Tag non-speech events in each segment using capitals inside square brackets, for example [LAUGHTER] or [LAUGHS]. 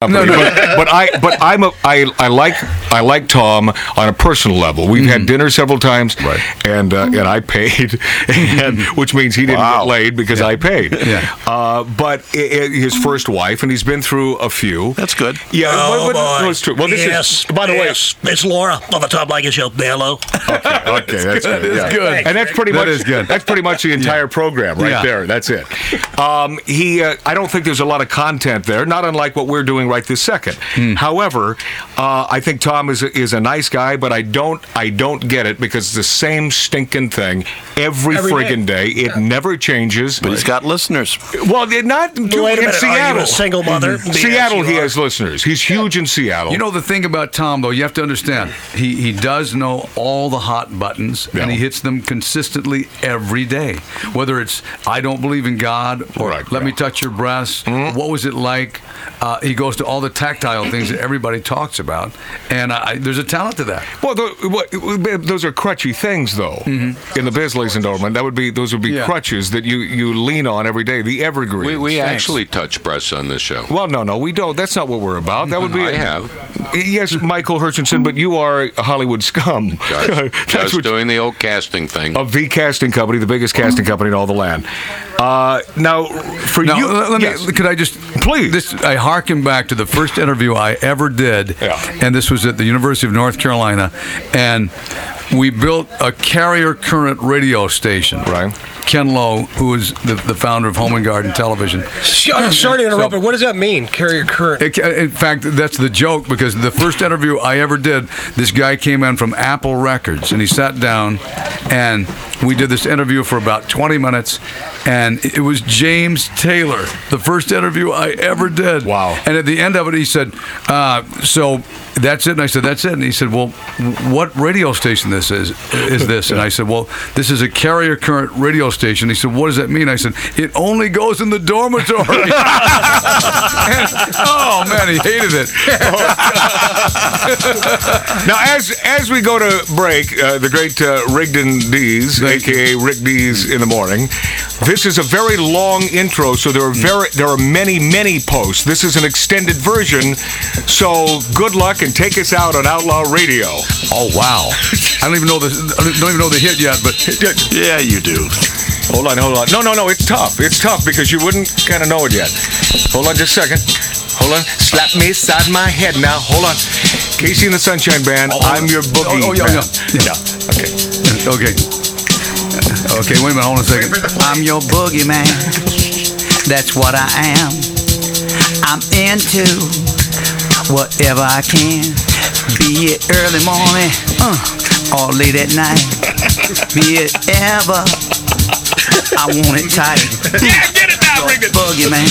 company. [LAUGHS] But, but I but I'm a I I like I like Tom on a personal level. We've had dinner several times, Mm-hmm. Right. Mm-hmm. and uh, and I paid, [LAUGHS] and, which means he didn't Wow. get laid because I paid. Yeah. Uh, but i i his first wife, and he's been through a few. That's good. Yeah, Oh, but, but, boy. Uh, no, it's true. Well, this yes. is by the yes. way, it's Laura on the Tom Likas show. [LAUGHS] Hello. way. Okay, that's good. It's yeah. good. And that's pretty That much is good. that's pretty [LAUGHS] much the entire program right Yeah. there. That's it. Um, he, uh, I don't think there's a lot of content there, not unlike what we're doing right this second. Hmm. However, uh, I think Tom is a, is a nice guy, but I don't I don't get it because it's the same stinking thing every, Every friggin' day. day. It never changes. But he's got listeners. well, they're not in Wait a minute. Are you Seattle. a single mother? Yes, Seattle, you he are. has listeners. He's huge in Seattle. You know the thing about Tom though, you have to understand. He he does know all the hot buttons and Yeah. he hits them consistently every day. Whether it's I don't believe in God or Right, let me yeah. Mm-hmm. touch your breasts, what was it like? Uh, he goes to all the tactile things that everybody talks about, and I, I, there's a talent to that. Well, th what, those are crutchy things, though. Mm-hmm. In the biz, ladies and gentlemen, that would be those would be Yeah. crutches that you, you lean on every day. The evergreen. We, we actually touch breasts on this show. Well, [LAUGHS] no, no, we don't. That's not what we're about. That would be. I have. Yes, Michael Hutchinson, but you are a Hollywood scum. [LAUGHS] Just, That's just what Oh, doing Mm-hmm. the old casting thing. of the casting company, the biggest casting company in all the land. Uh, now, for Now, you, l- let me. yes. Could I just Please. This I harken back to the first interview I ever did, Yeah. and this was at the University of North Carolina, and we built a carrier current radio station. Right. Ken Lowe, who is the, the founder of Home and Garden Television. Sh- I'm [LAUGHS] sorry to interrupt, but what does that mean? Carrier current. It, in fact, that's the joke because the first interview I ever did, this guy came in from Apple Records and he sat down and we did this interview for about 20 minutes and it was James Taylor, the first interview I ever did. Wow. And at the end of it, he said, uh, So that's it. And I said, That's it. And he said, Well, what radio station this is, is this? And I said, Well, this is a carrier current radio station. He said, What does that mean? I said, It only goes in [LAUGHS] the dormitory. oh man, he hated it. Now, as as we go to break, uh, the great uh, Rigdon Dees, Thank aka Rick Dees, in the morning. This is a very long intro, so there are very there are many many posts. This is an extended version, so good luck and take us out on Outlaw Radio. Oh [LAUGHS] wow, I don't even know the I don't even know the hit yet, but yeah, you do. Hold on, hold on. No, no, no. It's tough. It's tough because you wouldn't kind of know it yet. Hold on, just a second. Hold on. Slap me side my head now. Hold on. Casey and the Sunshine Band. I'm your boogie. oh, yeah, man. yeah. yeah. Okay. [LAUGHS] okay, okay, wait a minute, hold on a second. I'm your boogeyman. That's what I am. I'm into whatever I can. Be it early morning uh, or late at night. Be it ever. I want it tight. Yeah, get it now, Rigdon. Boogeyman.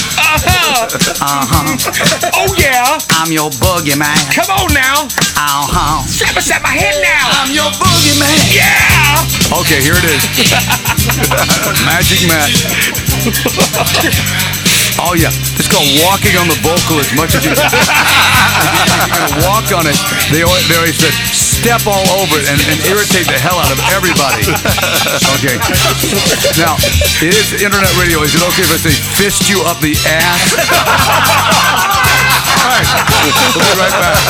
Uh-huh. Oh yeah. I'm your boogeyman. Come on now. Uh huh. Slap us at my head now. I'm your boogeyman. Yeah. Okay, here it is. Magic Matt. Oh yeah, it's called walking on the vocal as much as you can. If you're gonna walk on it. They always, they always said step all over it and, and irritate the hell out of everybody. Okay. Now it is internet radio. Is it okay if I say fist you up the ass? all right. We'll be right back.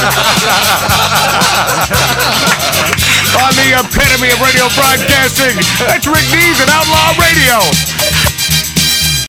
On the epitome of radio broadcasting. That's Rick Dees and Outlaw Radio.